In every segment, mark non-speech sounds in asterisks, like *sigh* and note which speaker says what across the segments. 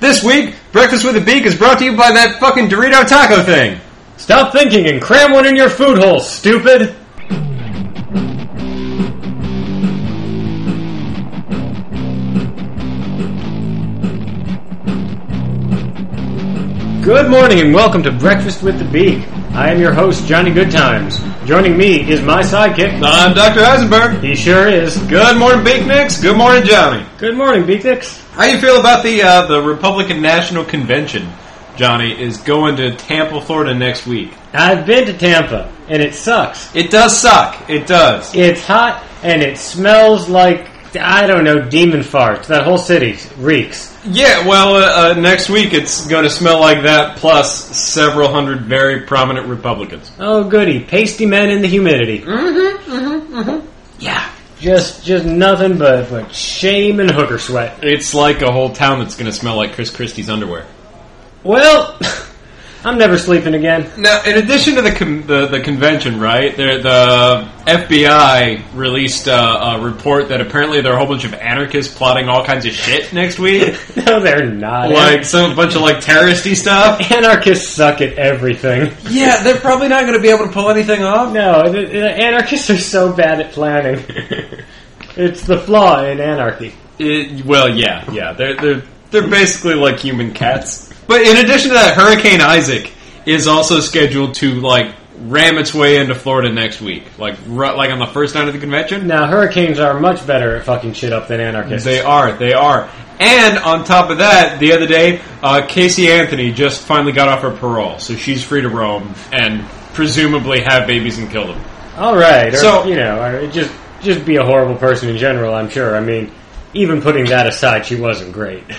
Speaker 1: This week, Breakfast with a Beak is brought to you by that fucking Dorito taco thing.
Speaker 2: Stop thinking and cram one in your food hole, stupid! Good morning and welcome to Breakfast with the Beak. I am your host, Johnny Goodtimes. Joining me is my sidekick.
Speaker 1: I'm Dr. Eisenberg.
Speaker 2: He sure is.
Speaker 1: Good morning, Beaknicks. Good morning, Johnny.
Speaker 2: Good morning, Beaknix.
Speaker 1: How you feel about the uh, the Republican National Convention? Johnny is going to Tampa, Florida next week.
Speaker 2: I've been to Tampa, and it sucks.
Speaker 1: It does suck. It does.
Speaker 2: It's hot and it smells like I don't know demon farts. That whole city reeks.
Speaker 1: Yeah. Well, uh, uh, next week it's going to smell like that, plus several hundred very prominent Republicans.
Speaker 2: Oh goody, pasty men in the humidity.
Speaker 1: Yeah.
Speaker 2: Just just nothing but, but shame and hooker sweat.
Speaker 1: It's like a whole town that's going to smell like Chris Christie's underwear.
Speaker 2: Well, *laughs* I'm never sleeping again. *laughs*
Speaker 1: Now, in addition to the con- the, the convention, right? There, the FBI released uh, a report that apparently there are a whole bunch of anarchists plotting all kinds of shit next *laughs* week,
Speaker 2: No, they're not.
Speaker 1: like some bunch of like terroristy stuff.
Speaker 2: anarchists suck at everything.
Speaker 1: *laughs* Yeah, they're probably not going to be able to pull anything off.
Speaker 2: No, the, the anarchists are so bad at planning. *laughs* it's the flaw in anarchy.
Speaker 1: *laughs* It, well, yeah, yeah, they're they're they're basically like human cats. But in addition to that, Hurricane Isaac is also scheduled to like ram its way into Florida next week, like ru- like on the first night of the convention.
Speaker 2: Now, hurricanes are much better at fucking shit up than anarchists.
Speaker 1: They are. They are. And on top of that, the other day, uh, Casey Anthony just finally got off her parole, so she's free to roam and presumably have babies and kill them.
Speaker 2: All right. Or,
Speaker 1: So-
Speaker 2: you know, or just just be a horrible person in general. I'm sure. I mean, even putting that aside, she wasn't great. *laughs*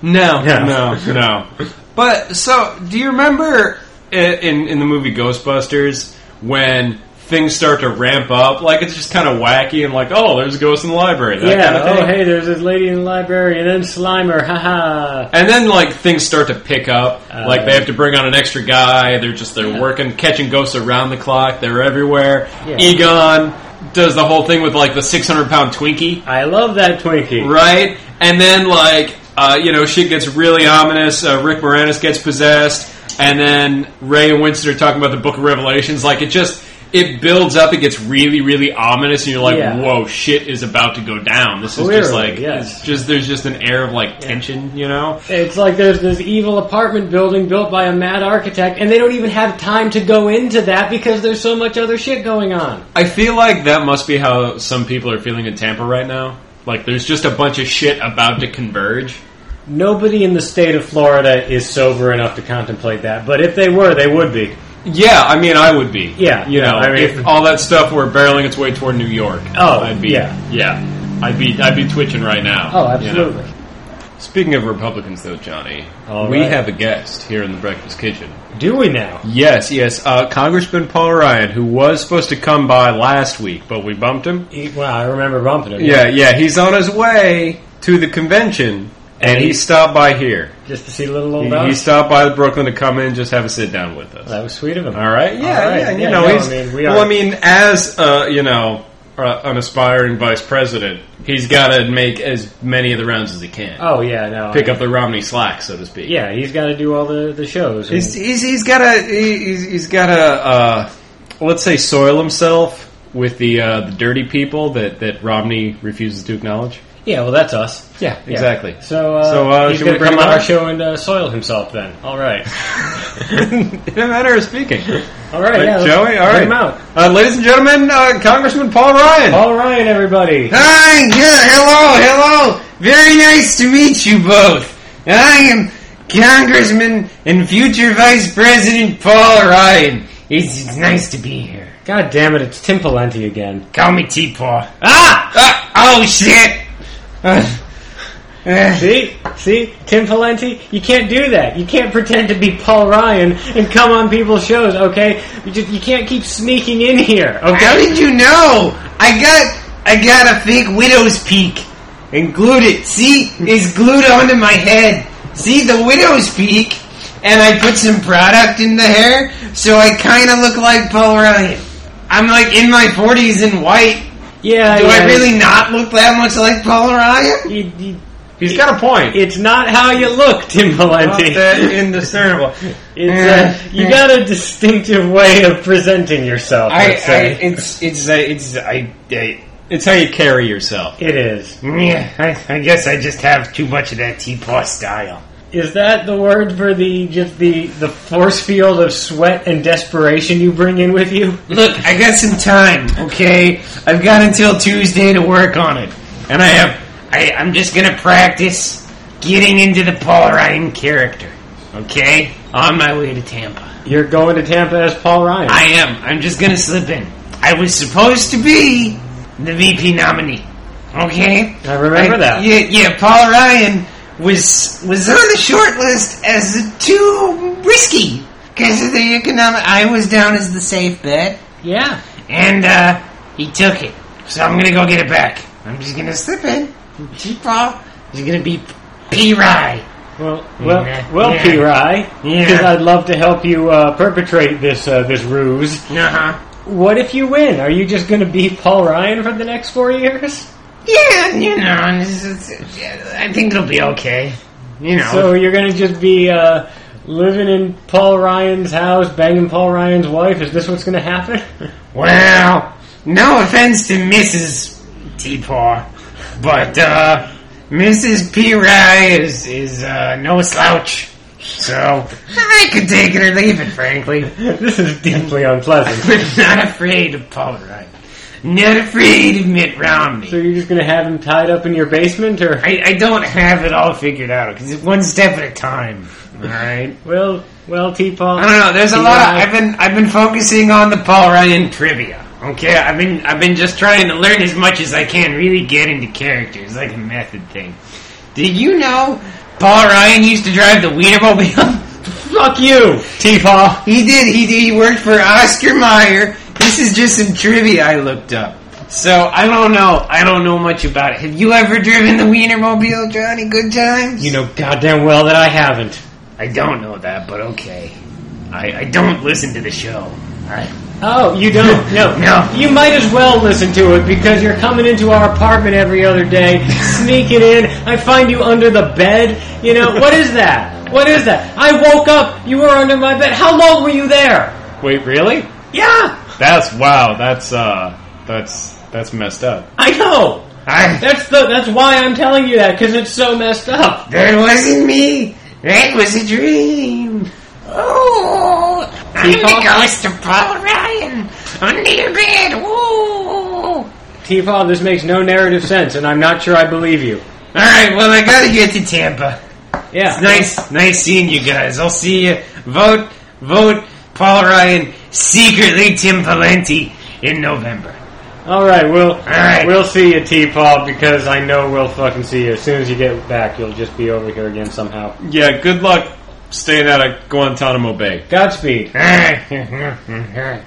Speaker 1: No,
Speaker 2: Yeah.
Speaker 1: no, no. But so, do you remember i- in in the movie Ghostbusters when? Things start to ramp up, like it's just kind of wacky and like, oh, there's a ghost in the library. That
Speaker 2: yeah.
Speaker 1: kind of
Speaker 2: oh,
Speaker 1: thing.
Speaker 2: hey, there's this lady in the library, and then Slimer. Haha.
Speaker 1: And then like things start to pick up.
Speaker 2: Uh,
Speaker 1: like they have to bring on an extra guy. They're just they're working catching ghosts around the clock. They're everywhere.
Speaker 2: Yeah.
Speaker 1: Egon does the whole thing with like the six hundred pound Twinkie,
Speaker 2: I love that Twinkie.
Speaker 1: right? And then like uh, you know shit gets really ominous. Uh, Rick Moranis gets possessed, and then Ray and Winston are talking about the Book of Revelations. Like it just. It builds up. It gets really, really ominous, and you're like,
Speaker 2: Yeah.
Speaker 1: "Whoa, shit is about to go down." This is just
Speaker 2: Clearly,
Speaker 1: like,
Speaker 2: yes.
Speaker 1: it's just there's just an air of like tension, you know?
Speaker 2: It's like there's this evil apartment building built by a mad architect, and they don't even have time to go into that because there's so much other shit going on.
Speaker 1: I feel like that must be how some people are feeling in Tampa right now. Like, there's just a bunch of shit about to converge.
Speaker 2: Nobody in the state of Florida is sober enough to contemplate that, but if they were, they would be.
Speaker 1: Yeah, I mean, I would be.
Speaker 2: Yeah,
Speaker 1: you
Speaker 2: yeah,
Speaker 1: know,
Speaker 2: I mean-
Speaker 1: if all that stuff were barreling its way toward New York,
Speaker 2: Oh,
Speaker 1: I'd be,
Speaker 2: yeah.
Speaker 1: yeah, I'd be, I'd be twitching right now.
Speaker 2: Oh,
Speaker 1: you
Speaker 2: absolutely.
Speaker 1: know? Speaking of Republicans, though, Johnny,
Speaker 2: All
Speaker 1: we
Speaker 2: right.
Speaker 1: have a guest here in the Breakfast Kitchen.
Speaker 2: Do we now?
Speaker 1: Yes, yes, uh, Congressman Paul Ryan, who was supposed to come by last week, but we bumped him.
Speaker 2: He- Well, I remember bumping him.
Speaker 1: Yeah, yeah, he's on his way to the convention, and he stopped by here.
Speaker 2: Just to see little old
Speaker 1: He,
Speaker 2: Doc.
Speaker 1: he stopped by Brooklyn to come in and just have a sit down with us.
Speaker 2: That was sweet of him.
Speaker 1: All right, yeah,
Speaker 2: All right,
Speaker 1: yeah, you
Speaker 2: yeah,
Speaker 1: know,
Speaker 2: no,
Speaker 1: he's,
Speaker 2: I mean, we
Speaker 1: well,
Speaker 2: are-
Speaker 1: I mean, as uh, you know, uh, an aspiring vice president, he's got to make as many of the rounds as he can,
Speaker 2: Oh yeah, no.
Speaker 1: pick
Speaker 2: I-
Speaker 1: up the Romney slack, so to speak.
Speaker 2: Yeah, he's got to do all the the shows. and-
Speaker 1: he's he's, he's got to he's, he's got to uh, let's say soil himself with the uh, the dirty people that that Romney refuses to acknowledge. *laughs*
Speaker 2: yeah, well, that's us.
Speaker 1: Yeah,
Speaker 2: Yeah.
Speaker 1: exactly.
Speaker 2: So, uh,
Speaker 1: So, uh,
Speaker 2: he's
Speaker 1: should
Speaker 2: going
Speaker 1: we
Speaker 2: to
Speaker 1: bring
Speaker 2: come
Speaker 1: him
Speaker 2: on
Speaker 1: on?
Speaker 2: our show and uh, soil himself. Then, all right,
Speaker 1: In a manner of speaking.
Speaker 2: all right, yeah, let's
Speaker 1: Joey, all
Speaker 2: bring
Speaker 1: right.
Speaker 2: him out.
Speaker 1: Uh, ladies and gentlemen, uh, Congressman Paul Ryan.
Speaker 2: All right, everybody.
Speaker 1: Hi, yeah, hello, hello. Very nice to meet you both. I am Congressman and future Vice President Paul Ryan. It's, it's nice to be here.
Speaker 2: God damn it, it's Tim Pawlenty again.
Speaker 1: Call me T Paul. Ah! Ah! Oh, shit! Uh, uh,
Speaker 2: See, see, Tim Pawlenty. You can't do that. You can't pretend to be Paul Ryan and come on people's shows. Okay, you just you can't keep sneaking in here. Oh,
Speaker 1: How
Speaker 2: Okay.
Speaker 1: did you know? I got I got a fake widow's peak and glued it. See, it's glued onto my head. See the widow's peak, and I put some product in the hair, so I kind of look like Paul Ryan. I'm like in my 40s and white.
Speaker 2: Yeah.
Speaker 1: Do
Speaker 2: yeah,
Speaker 1: I really not look that much like Paul Ryan?
Speaker 2: You, you,
Speaker 3: He's got a point.
Speaker 2: It's not how you look, Tim Valenti.
Speaker 1: That
Speaker 3: *laughs*
Speaker 1: indiscernible.
Speaker 2: It's a, you got a distinctive way of presenting yourself.
Speaker 1: I,
Speaker 2: I'd
Speaker 1: I,
Speaker 2: say.
Speaker 1: it's, it's, I, it's, I, I,
Speaker 3: It's how you carry yourself.
Speaker 2: it is.
Speaker 1: yeah, I, I guess I just have too much of that teapot style.
Speaker 2: Is that the word for the just the the force field of sweat and desperation you bring in with you?
Speaker 1: Look, I got some time, okay? I've got until Tuesday to work on it. And I have I, I'm just gonna practice getting into the Paul Ryan character. Okay? On my way to Tampa.
Speaker 2: You're going to Tampa as Paul Ryan.
Speaker 1: I am. I'm just gonna slip in. I was supposed to be the VP nominee. Okay?
Speaker 2: I remember
Speaker 1: I-
Speaker 2: that.
Speaker 1: Yeah, yeah, Paul Ryan was was on the short list as too risky. Because of the economic I was down as the safe bet
Speaker 2: yeah.
Speaker 1: and uh, he took it. So I'm gonna go get it back. I'm just gonna slip in. T-Paw is gonna be P. Rye.
Speaker 2: Well, well,
Speaker 1: Yeah.
Speaker 2: well,
Speaker 1: Yeah.
Speaker 2: P. Rye,
Speaker 1: Yeah.
Speaker 2: because I'd love to help you uh, perpetrate this uh, this ruse.
Speaker 1: Uh huh.
Speaker 2: What if you win? Are you just going to be Paul Ryan for the next four years?
Speaker 1: Yeah, you know, it's, it's, yeah, I think it'll be okay. You know.
Speaker 2: So you're going to just be uh, living in Paul Ryan's house, banging Paul Ryan's wife? Is this what's going to happen? *laughs*
Speaker 1: well, no offense to Mrs. T-Paw, but uh, Mrs. P. Rye is is uh, no slouch. So I could take it or leave it, frankly.
Speaker 2: this is deeply unpleasant.
Speaker 1: I'm not afraid of Paul Rudd. Not afraid of Mitt
Speaker 2: So
Speaker 1: Romney.
Speaker 2: you're just going to have him tied up in your basement, or
Speaker 1: I, I don't have it all figured out because it's one step at a time. All right.
Speaker 2: well, well, T. Paul.
Speaker 1: I don't know. There's a
Speaker 2: Yeah.
Speaker 1: lot. Of, I've been I've been focusing on the Paul Ryan trivia. Okay. I've been I've been just trying to learn as much as I can. Really get into characters like a method thing. Did you know Paul Ryan used to drive the Wienermobile? *laughs*
Speaker 2: Fuck you, T. Paul.
Speaker 1: He did. He did. He worked for Oscar Mayer. This is just some trivia I looked up. So I don't know. I don't know much about it. Have you ever driven the Wienermobile, Johnny? Good times.
Speaker 2: You know goddamn well that I haven't.
Speaker 1: I don't know that, but okay. I, I don't listen to the show. I,
Speaker 2: Oh, you don't? *laughs* No.
Speaker 1: No.
Speaker 2: You might as well listen to it because you're coming into our apartment every other *laughs* day, sneaking in. I find you under the bed. You know, what is that? What is that? I woke up, you were under my bed. How long were you there?
Speaker 3: Wait, really?
Speaker 2: Yeah,
Speaker 3: That's wow. That's uh, that's that's messed up.
Speaker 2: I know.
Speaker 1: I
Speaker 2: That's the that's why I'm telling you that because it's so messed up.
Speaker 1: that wasn't me. That was a dream. Oh, I'm the
Speaker 2: Peacock?
Speaker 1: ghost of Paul Ryan under your bed. Ooh.
Speaker 2: T-Paul, this makes no narrative sense, and I'm not sure I believe you.
Speaker 1: All right. Well, I gotta get to Tampa.
Speaker 2: Yeah,
Speaker 1: It's nice, nice seeing you guys. I'll see you. Vote, vote, Paul Ryan, secretly Tim Valenti in November.
Speaker 2: All right, we'll
Speaker 1: right.
Speaker 2: we'll see you, T-Paul, because I know we'll fucking see you. As soon as you get back, you'll just be over here again somehow.
Speaker 3: Yeah. Good luck staying out of Guantanamo Bay.
Speaker 2: Godspeed.
Speaker 1: *laughs* Ouch.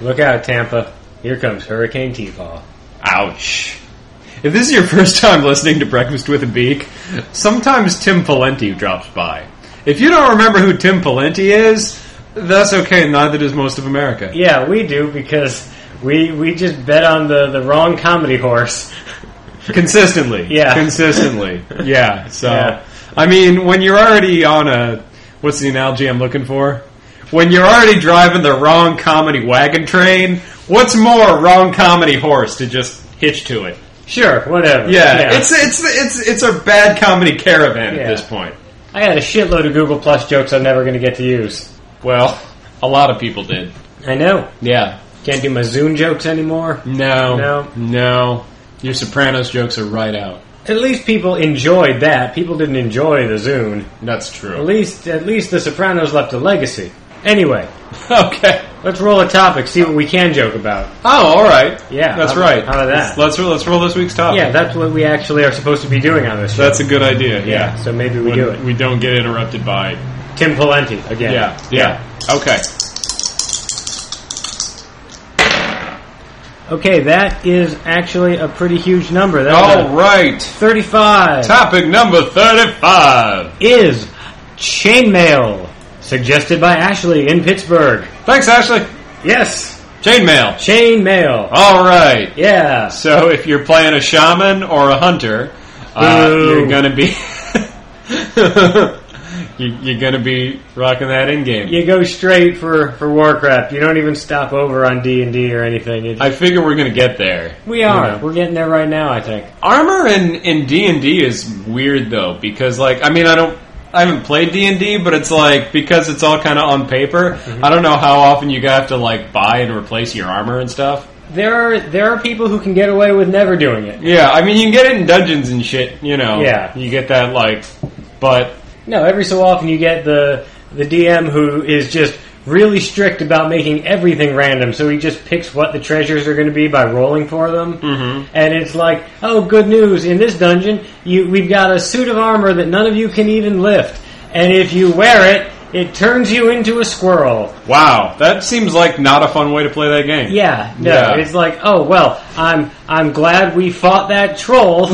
Speaker 2: Look out, Tampa. Here comes Hurricane T-Paw.
Speaker 3: Ouch. If this is your *laughs* first time listening to Breakfast with a Beak, sometimes Tim Pawlenty drops by. If you don't remember who Tim Pawlenty is, that's okay. Neither does most of America.
Speaker 2: Yeah, we do because we we just bet on the, the wrong comedy horse.
Speaker 3: consistently.
Speaker 2: *laughs* Yeah.
Speaker 3: consistently.
Speaker 2: *laughs*
Speaker 3: Yeah. So,
Speaker 2: Yeah.
Speaker 3: I mean, when you're already on a what's the analogy I'm looking for? When you're already driving the wrong comedy wagon train, what's more wrong comedy horse to just hitch to it?
Speaker 2: Sure, whatever.
Speaker 3: Yeah, it's it's it's it's a bad comedy caravan
Speaker 2: Yeah.
Speaker 3: at this point.
Speaker 2: I had a shitload of Google Plus jokes I'm never going to get to use.
Speaker 3: Well, a lot of people did.
Speaker 2: I know.
Speaker 3: Yeah.
Speaker 2: Can't do my Zune jokes anymore.
Speaker 3: No.
Speaker 2: No.
Speaker 3: No. Your Sopranos jokes are right out.
Speaker 2: At least people enjoyed that. People didn't enjoy the Zune.
Speaker 3: That's
Speaker 2: At
Speaker 3: true.
Speaker 2: least, at least The Sopranos left a legacy. Anyway,
Speaker 3: *laughs* Okay.
Speaker 2: let's roll a topic, see what we can joke about.
Speaker 3: Oh, all right.
Speaker 2: Yeah,
Speaker 3: that's
Speaker 2: how-
Speaker 3: right.
Speaker 2: how about that?
Speaker 3: Let's, let's roll- let's roll this week's topic.
Speaker 2: Yeah, that's what we actually are supposed to be doing on this show.
Speaker 3: That's a good idea. Yeah.
Speaker 2: So maybe we
Speaker 3: When
Speaker 2: do it.
Speaker 3: We don't get interrupted by.
Speaker 2: Tim Pawlenty again.
Speaker 3: Yeah. Yeah. Okay.
Speaker 2: Okay, that is actually a pretty huge number. That was
Speaker 3: All
Speaker 2: a
Speaker 3: right.
Speaker 2: 35
Speaker 3: Topic number thirty-five.
Speaker 2: is chainmail, suggested by Ashley in Pittsburgh.
Speaker 3: Thanks, Ashley.
Speaker 2: Yes,
Speaker 3: Chainmail.
Speaker 2: chainmail.
Speaker 3: All right.
Speaker 2: Yeah.
Speaker 3: So if you're playing a shaman or a hunter, Uh,
Speaker 2: Boo.
Speaker 3: you're gonna be *laughs* you, you're gonna be rocking that in game.
Speaker 2: You go straight for, for Warcraft. You don't even stop over on D and D or anything. You-
Speaker 3: I figure we're gonna get there.
Speaker 2: we are.
Speaker 3: know.
Speaker 2: We're getting there right now. I think.
Speaker 3: Armor in in D and D is weird though because like I mean I don't I haven't played D and D but it's like because it's all kind of on paper
Speaker 2: Mm-hmm.
Speaker 3: I don't know how often you have to like buy and replace your armor and stuff.
Speaker 2: There are there are people who can get away with never doing it.
Speaker 3: Yeah, I mean you can get it in dungeons and shit. You know.
Speaker 2: Yeah.
Speaker 3: you get that like, but
Speaker 2: No, every so often you get the the DM who is just really strict about making everything random, so he just picks what the treasures are going to be by rolling for them. Mm-hmm. And it's like, oh, good news! In this dungeon, you we've got a suit of armor that none of you can even lift, and if you wear it, it turns you into a squirrel.
Speaker 3: wow, that seems like not a fun way to play that game.
Speaker 2: Yeah, no,
Speaker 3: Yeah.
Speaker 2: it's like, oh well, I'm I'm glad we fought that
Speaker 3: *laughs*
Speaker 2: troll.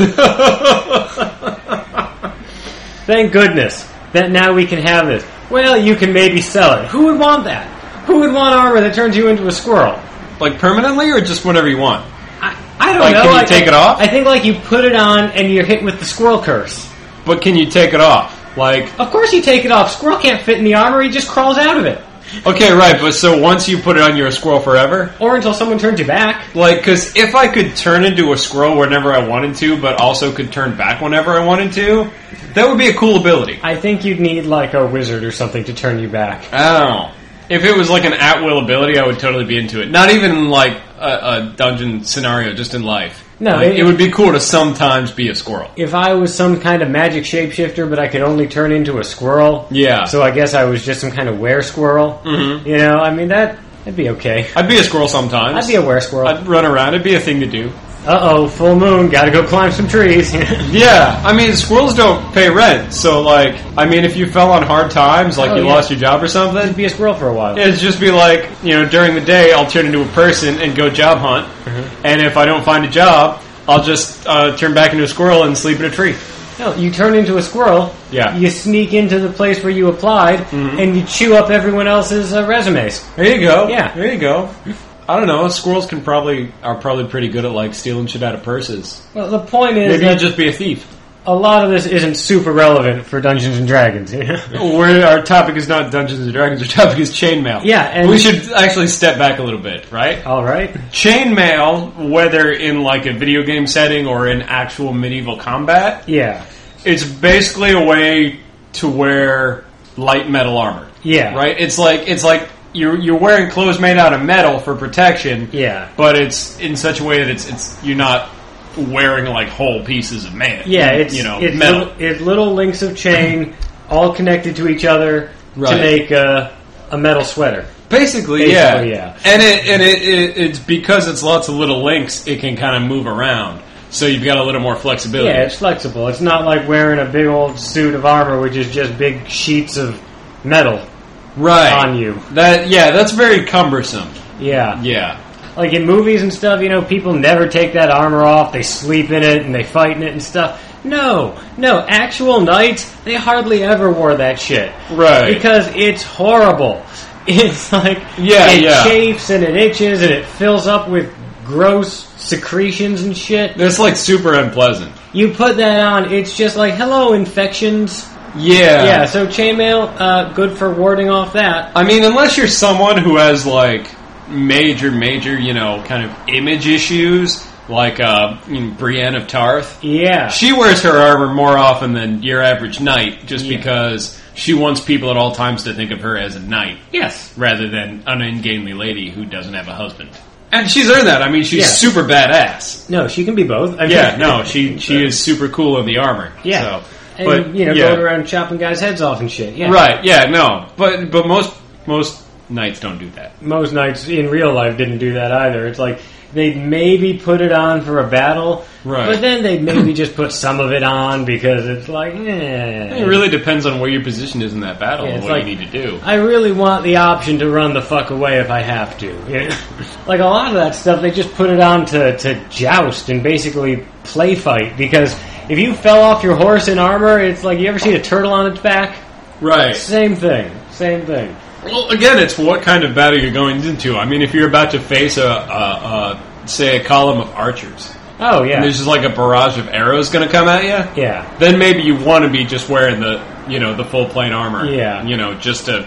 Speaker 2: Thank goodness that now we can have this. Well, you can maybe sell it. Who would want that? Who would want armor that turns you into a squirrel?
Speaker 3: like permanently or just whenever you want.
Speaker 2: I, I don't
Speaker 3: Like,
Speaker 2: know.
Speaker 3: can you
Speaker 2: I-
Speaker 3: take it off?
Speaker 2: I think like you put it on and you're hit with the squirrel curse.
Speaker 3: But can you take it off? Like,
Speaker 2: Of course you take it off. Squirrel can't fit in the armor. He just crawls out of it,
Speaker 3: okay, right, but so once you put it on, you're a squirrel forever?
Speaker 2: or until someone turns you back.
Speaker 3: Like, because if I could turn into a squirrel whenever I wanted to, but also could turn back whenever I wanted to, that would be a cool ability.
Speaker 2: I think you'd need like a wizard or something to turn you back.
Speaker 3: Oh. If it was like an at will ability, I would totally be into it. Not even like a, a dungeon scenario, just in life.
Speaker 2: No,
Speaker 3: Like,
Speaker 2: it-
Speaker 3: it, would be cool to sometimes be a squirrel.
Speaker 2: If I was some kind of magic shapeshifter, but I could only turn into a squirrel.
Speaker 3: Yeah.
Speaker 2: So I guess I was just some kind of were squirrel. Mm-hmm. You know, I mean that that'd be okay.
Speaker 3: *laughs* I'd be a squirrel sometimes.
Speaker 2: I'd be a were squirrel.
Speaker 3: I'd run around. It'd be a thing to do.
Speaker 2: Uh oh, full moon, gotta go climb some trees. *laughs*
Speaker 3: Yeah, I mean, squirrels don't pay rent, so like, I mean, if you fell on hard times, like
Speaker 2: Oh,
Speaker 3: you
Speaker 2: yeah.
Speaker 3: lost your job or
Speaker 2: I'd
Speaker 3: something,
Speaker 2: be a squirrel for a while.
Speaker 3: it'd just be like, you know, during the day, I'll turn into a person and go job hunt, and if I don't find a job, I'll just uh, turn back into a squirrel and sleep in a tree.
Speaker 2: No, you turn into a squirrel.
Speaker 3: Yeah. Mm-hmm.
Speaker 2: You sneak into the place where you applied, and you chew up everyone else's uh, resumes.
Speaker 3: There you go.
Speaker 2: Yeah.
Speaker 3: there you go. I don't know. Squirrels can probably are probably pretty good at like stealing shit out of purses.
Speaker 2: Well, the point is
Speaker 3: Maybe you
Speaker 2: that
Speaker 3: just be a thief.
Speaker 2: a lot of this isn't super relevant for Dungeons and Dragons. You
Speaker 3: *laughs*
Speaker 2: know?
Speaker 3: We're, our topic is not Dungeons and Dragons. Our topic is chainmail.
Speaker 2: Yeah, and- Uh-huh.
Speaker 3: we should actually step back a little bit, right?
Speaker 2: All right.
Speaker 3: chainmail, whether in like a video game setting or in actual medieval combat,
Speaker 2: Yeah.
Speaker 3: it's basically a way to wear light metal armor.
Speaker 2: Yeah.
Speaker 3: Right? It's like it's like you're you're wearing clothes made out of metal for protection.
Speaker 2: Yeah.
Speaker 3: But it's in such a way that it's it's you're not wearing like whole pieces of man.
Speaker 2: Yeah, it's
Speaker 3: you know
Speaker 2: it's
Speaker 3: metal.
Speaker 2: Little, it's little links of chain, all connected to each other
Speaker 3: Right.
Speaker 2: to make uh, a metal sweater.
Speaker 3: Basically, yeah.
Speaker 2: Basically, yeah.
Speaker 3: And it and it, it it's because it's lots of little links, it can kind of move around. So you've got a little more flexibility.
Speaker 2: Yeah, it's flexible. It's not like wearing a big old suit of armor, which is just big sheets of metal
Speaker 3: right
Speaker 2: on you.
Speaker 3: That yeah, that's very cumbersome.
Speaker 2: Yeah.
Speaker 3: Yeah,
Speaker 2: like in movies and stuff, you know, people never take that armor off. They sleep in it and they fight in it and stuff. No, no, actual knights, they hardly ever wore that shit.
Speaker 3: Right.
Speaker 2: Because it's horrible. *laughs* It's like,
Speaker 3: Yeah,
Speaker 2: it
Speaker 3: yeah.
Speaker 2: chafes and it itches and it fills up with gross secretions and shit.
Speaker 3: that's like super unpleasant.
Speaker 2: You put that on, it's just like, hello, infections.
Speaker 3: Yeah,
Speaker 2: Yeah, so chainmail, uh, good for warding off that.
Speaker 3: I mean, unless you're someone who has like major, major, you know, kind of image issues, like uh, you know, Brienne of Tarth.
Speaker 2: Yeah.
Speaker 3: She wears her armor more often than your average knight, just
Speaker 2: Yeah.
Speaker 3: because she wants people at all times to think of her as a knight
Speaker 2: yes.
Speaker 3: rather than an ungainly lady who doesn't have a husband. And she's earned that. I mean, she's
Speaker 2: Yeah.
Speaker 3: super badass.
Speaker 2: No, she can be both. I mean-
Speaker 3: Yeah, no,
Speaker 2: *laughs*
Speaker 3: she she is super cool in the armor.
Speaker 2: Yeah.
Speaker 3: so.
Speaker 2: and
Speaker 3: but
Speaker 2: you know,
Speaker 3: yeah.
Speaker 2: going around chopping guys' heads off and shit. Yeah.
Speaker 3: right? Yeah, no, but but most most knights don't do that.
Speaker 2: Most knights in real life didn't do that either. It's like they'd maybe put it on for a battle.
Speaker 3: Right.
Speaker 2: But then they'd maybe just put some of it on because it's like, eh.
Speaker 3: It really depends on where your position is in that battle
Speaker 2: Yeah,
Speaker 3: and
Speaker 2: it's
Speaker 3: what
Speaker 2: like-
Speaker 3: you need to do.
Speaker 2: I really want the option to run the fuck away if I have to. You
Speaker 3: *laughs*
Speaker 2: know? like a lot of that stuff, they just put it on to, to joust and basically play fight because if you fell off your horse in armor, it's like you ever seen a turtle on its back?
Speaker 3: Right.
Speaker 2: Same thing. Same thing.
Speaker 3: Well, again, it's what kind of battle you're going into. I mean, if you're about to face a, a, a say a column of archers,
Speaker 2: Oh yeah,
Speaker 3: and there's just like a barrage of arrows going to come at you,
Speaker 2: yeah,
Speaker 3: then maybe you want to be just wearing the you know the full plate armor.
Speaker 2: Yeah.
Speaker 3: you know just to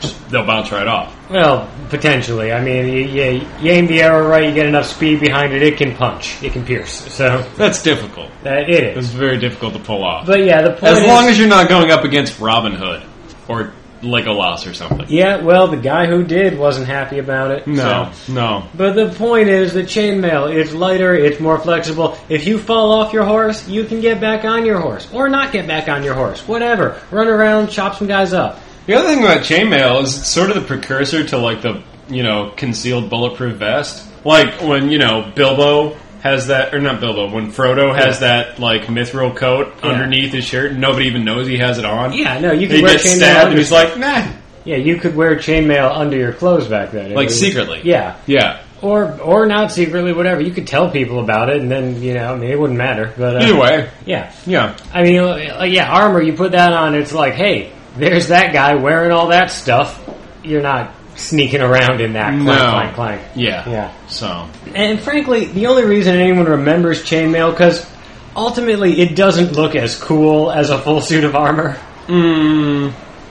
Speaker 3: just, they'll bounce right off.
Speaker 2: well, potentially. I mean, you, you, you aim the arrow right, you get enough speed behind it, it can punch, it can pierce. So
Speaker 3: That's difficult.
Speaker 2: that it
Speaker 3: It's
Speaker 2: is.
Speaker 3: very difficult to pull off.
Speaker 2: But yeah, the point
Speaker 3: as
Speaker 2: is,
Speaker 3: long as you're not going up against Robin Hood or Legolas or something.
Speaker 2: yeah, well, the guy who did wasn't happy about it.
Speaker 3: No,
Speaker 2: so.
Speaker 3: no.
Speaker 2: But the point is the chainmail, it's lighter, it's more flexible. If you fall off your horse, you can get back on your horse. Or not get back on your horse. Whatever. Run around, chop some guys up.
Speaker 3: The other thing about chainmail is it's sort of the precursor to like the you know concealed bulletproof vest. Like when you know Bilbo has that, or not Bilbo, when Frodo has that like mithril coat underneath his shirt, and nobody even knows he has it on.
Speaker 2: Yeah, no, you
Speaker 3: he
Speaker 2: could wear
Speaker 3: gets
Speaker 2: chainmail
Speaker 3: stabbed, and
Speaker 2: under,
Speaker 3: he's like, nah,
Speaker 2: Yeah, you could wear chainmail under your clothes back then. It
Speaker 3: like
Speaker 2: was-
Speaker 3: secretly.
Speaker 2: Yeah.
Speaker 3: yeah.
Speaker 2: Or or not secretly, whatever. You could tell people about it and then, you know, I mean it wouldn't matter. But uh,
Speaker 3: Either way,
Speaker 2: Yeah.
Speaker 3: yeah.
Speaker 2: I mean, uh, yeah, armor, you put that on, it's like, hey, there's that guy wearing all that stuff. You're not sneaking around in that. Clank,
Speaker 3: No.
Speaker 2: clank, clank.
Speaker 3: Yeah.
Speaker 2: Yeah.
Speaker 3: So
Speaker 2: And frankly, the only reason anyone remembers chainmail, because ultimately it doesn't look as cool as a full suit of armor.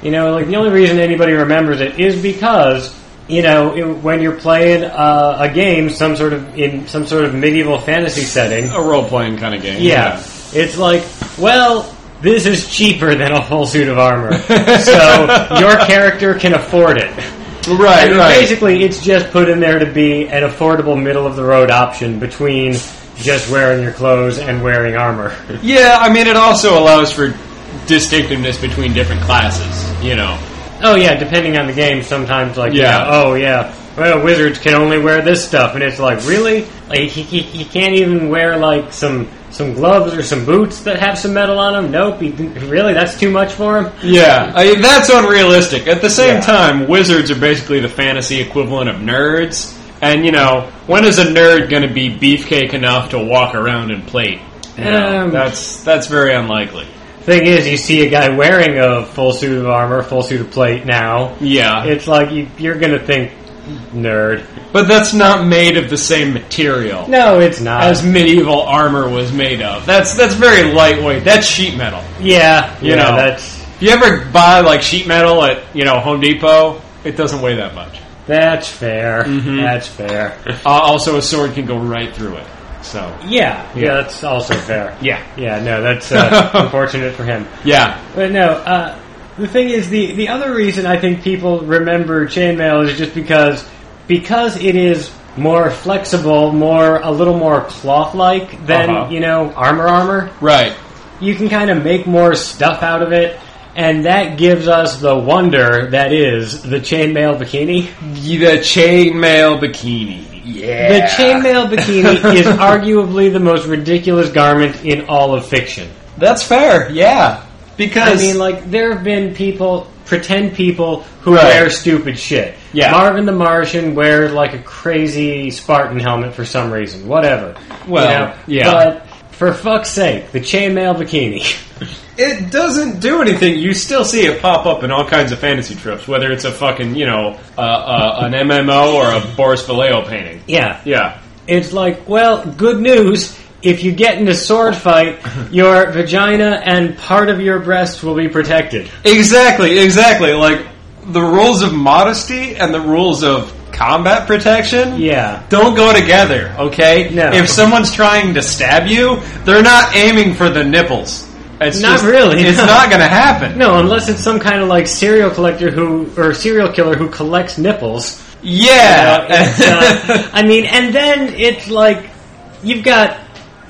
Speaker 2: You know, like the only reason anybody remembers it is because you know it, when you're playing uh, a game, some sort of in some sort of medieval fantasy setting.
Speaker 3: a role playing kind of game.
Speaker 2: Yeah. It's like, well, this is cheaper than a full suit of armor. so your character can afford it.
Speaker 3: Yeah. Right.
Speaker 2: I mean,
Speaker 3: right.
Speaker 2: Basically, it's just put in there to be an affordable middle of the road option between just wearing your clothes and wearing armor.
Speaker 3: Yeah, I mean, it also allows for distinctiveness between different classes, you know.
Speaker 2: oh, yeah, depending on the game, sometimes, like,
Speaker 3: Yeah.
Speaker 2: yeah, oh, yeah. Well, wizards can only wear this stuff, and it's like really, like he, he, he can't even wear like some some gloves or some boots that have some metal on them. Nope, he, really, that's too much for him.
Speaker 3: Yeah, I mean, that's unrealistic. At the same
Speaker 2: Yeah.
Speaker 3: time, wizards are basically the fantasy equivalent of nerds. And, you know, when is a nerd going to be beefcake enough to walk around and plate? You know,
Speaker 2: Um,
Speaker 3: that's that's very unlikely.
Speaker 2: Thing is, you see a guy wearing a full suit of armor, full suit of plate now.
Speaker 3: Yeah,
Speaker 2: It's like you, you're gonna think, nerd.
Speaker 3: but that's not made of the same material
Speaker 2: No, it's not.
Speaker 3: as medieval armor was made of. That's that's very lightweight. That's sheet metal.
Speaker 2: yeah,
Speaker 3: You
Speaker 2: yeah,
Speaker 3: know.
Speaker 2: that's
Speaker 3: If you ever buy like sheet metal at you know Home Depot, it doesn't weigh
Speaker 2: *laughs*
Speaker 3: that much.
Speaker 2: that's fair.
Speaker 3: Mm-hmm.
Speaker 2: That's fair.
Speaker 3: Uh, also, a sword can go right through it. So
Speaker 2: Yeah, yeah,
Speaker 3: Yeah.
Speaker 2: that's also fair.
Speaker 3: yeah,
Speaker 2: yeah, no, that's
Speaker 3: *laughs*
Speaker 2: uh, unfortunate for him.
Speaker 3: yeah,
Speaker 2: But no, uh, the thing is, the the other reason I think people remember chainmail is just because because it is more flexible, more a little more cloth like than
Speaker 3: Uh-huh.
Speaker 2: you know armor armor.
Speaker 3: right.
Speaker 2: you can kind of make more stuff out of it, and that gives us the wonder that is the chainmail bikini.
Speaker 3: The chainmail bikini. Yeah,
Speaker 2: The chainmail
Speaker 3: *laughs*
Speaker 2: bikini is arguably the most ridiculous garment in all of fiction.
Speaker 3: That's fair. Yeah,
Speaker 2: I
Speaker 3: because
Speaker 2: mean, like there have been people, pretend people, who
Speaker 3: Right.
Speaker 2: wear stupid shit.
Speaker 3: Yeah.
Speaker 2: Marvin the Martian wears like a crazy Spartan helmet for some reason. Whatever.
Speaker 3: Well, yeah.
Speaker 2: But for fuck's sake, the chainmail bikini. *laughs*
Speaker 3: it doesn't do anything. You still see it pop up in all kinds of fantasy trips, whether it's a fucking you know uh, uh, an MMO or a Boris Vallejo painting.
Speaker 2: yeah.
Speaker 3: Yeah,
Speaker 2: It's like, well, good news. If you get in a sword
Speaker 3: *laughs*
Speaker 2: fight, your vagina and part of your breast will be protected.
Speaker 3: Exactly, exactly. Like the rules of modesty and the rules of combat protection.
Speaker 2: Yeah.
Speaker 3: Don't go together, okay?
Speaker 2: No.
Speaker 3: If someone's trying to stab you, they're not aiming for the nipples. It's
Speaker 2: Not
Speaker 3: just-
Speaker 2: really,
Speaker 3: It's
Speaker 2: no.
Speaker 3: not going to happen.
Speaker 2: No, unless it's some kind of like serial collector who or serial killer who collects nipples. Uh,
Speaker 3: Yeah.
Speaker 2: it's,
Speaker 3: *laughs*
Speaker 2: uh, I mean, and then it's like you've got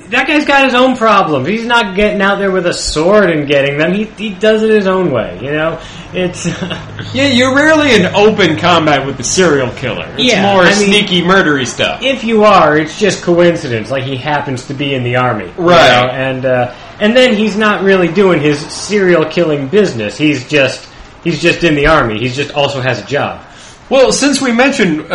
Speaker 2: that guy's got his own problems. He's not getting out there with a sword and getting them. He he does it his own way. You know, it's *laughs*
Speaker 3: yeah, you're rarely in open combat with the serial killer. It's
Speaker 2: Yeah,
Speaker 3: more
Speaker 2: I mean-
Speaker 3: sneaky, murdery stuff.
Speaker 2: if you are, it's just coincidence. Like he happens to be in the army, you
Speaker 3: Right.
Speaker 2: know, And uh, and then he's not really doing his serial killing business. He's just he's just in the army. He's just also has a job.
Speaker 3: Well, since we mentioned uh,